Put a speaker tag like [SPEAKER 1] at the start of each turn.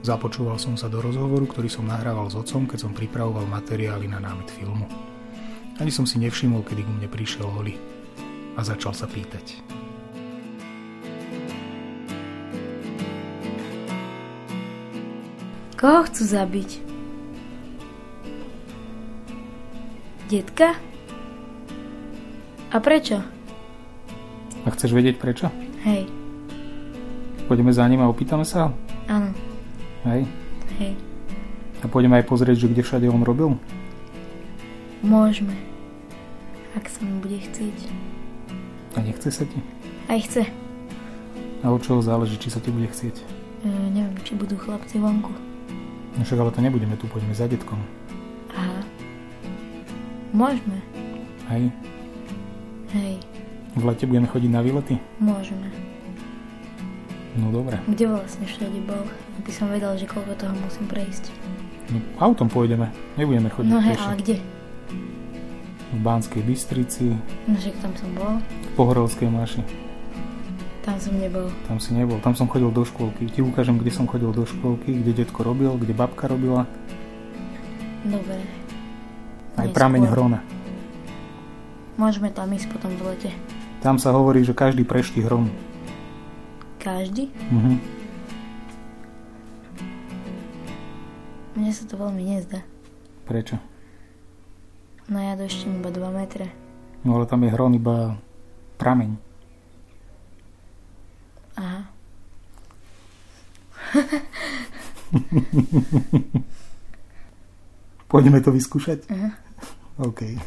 [SPEAKER 1] Započúval som sa do rozhovoru, ktorý som nahrával s otcom, keď som pripravoval materiály na námet filmu. Ani som si nevšimol, kedy ku mne prišiel Oli a začal sa pýtať.
[SPEAKER 2] Koho chcú zabiť? Detka? A prečo?
[SPEAKER 1] A chceš vedieť prečo?
[SPEAKER 2] Hej,
[SPEAKER 1] Pôjdeme za ním a opýtame sa ho?
[SPEAKER 2] áno,
[SPEAKER 1] Hej.
[SPEAKER 2] hej,
[SPEAKER 1] A pôjdeme aj pozrieť, že kde všade on robil?
[SPEAKER 2] môžeme. Ak sa mu bude chcieť.
[SPEAKER 1] A nechce sa ti?
[SPEAKER 2] Aj chce.
[SPEAKER 1] A od čoho záleží, či sa ti bude chcieť?
[SPEAKER 2] E, neviem, či budú chlapci vonku.
[SPEAKER 1] No však ale to nebudeme tu, poďme za detkom.
[SPEAKER 2] Aha. Môžeme.
[SPEAKER 1] Hej.
[SPEAKER 2] Hej,
[SPEAKER 1] V lete budeme chodiť na výlety?
[SPEAKER 2] môžeme.
[SPEAKER 1] No dobre.
[SPEAKER 2] Kde vlastne všade bol? Aby som vedel, že koľko toho musím prejsť.
[SPEAKER 1] No, autom pôjdeme. Nebudeme chodiť
[SPEAKER 2] No hej,
[SPEAKER 1] pieši.
[SPEAKER 2] ale kde?
[SPEAKER 1] V Banskej Bystrici,
[SPEAKER 2] No však tam som bol.
[SPEAKER 1] v Pohorelskej Maši.
[SPEAKER 2] Tam som nebol.
[SPEAKER 1] Tam si nebol. Tam som chodil do škôlky. Ti ukážem, kde som chodil do škôlky, kde detko robil, kde babka robila.
[SPEAKER 2] Dobre.
[SPEAKER 1] Aj
[SPEAKER 2] Neskôr.
[SPEAKER 1] prameň hrona.
[SPEAKER 2] Môžeme tam ísť potom v lete.
[SPEAKER 1] Tam sa hovorí, že každý preští hrom.
[SPEAKER 2] Každý?
[SPEAKER 1] Mhm.
[SPEAKER 2] Mne sa to veľmi nezdá.
[SPEAKER 1] Prečo?
[SPEAKER 2] No ja doštím iba 2 metre.
[SPEAKER 1] No ale tam je hron iba prameň.
[SPEAKER 2] Aha.
[SPEAKER 1] Poďme to vyskúšať?
[SPEAKER 2] Aha.
[SPEAKER 1] OK.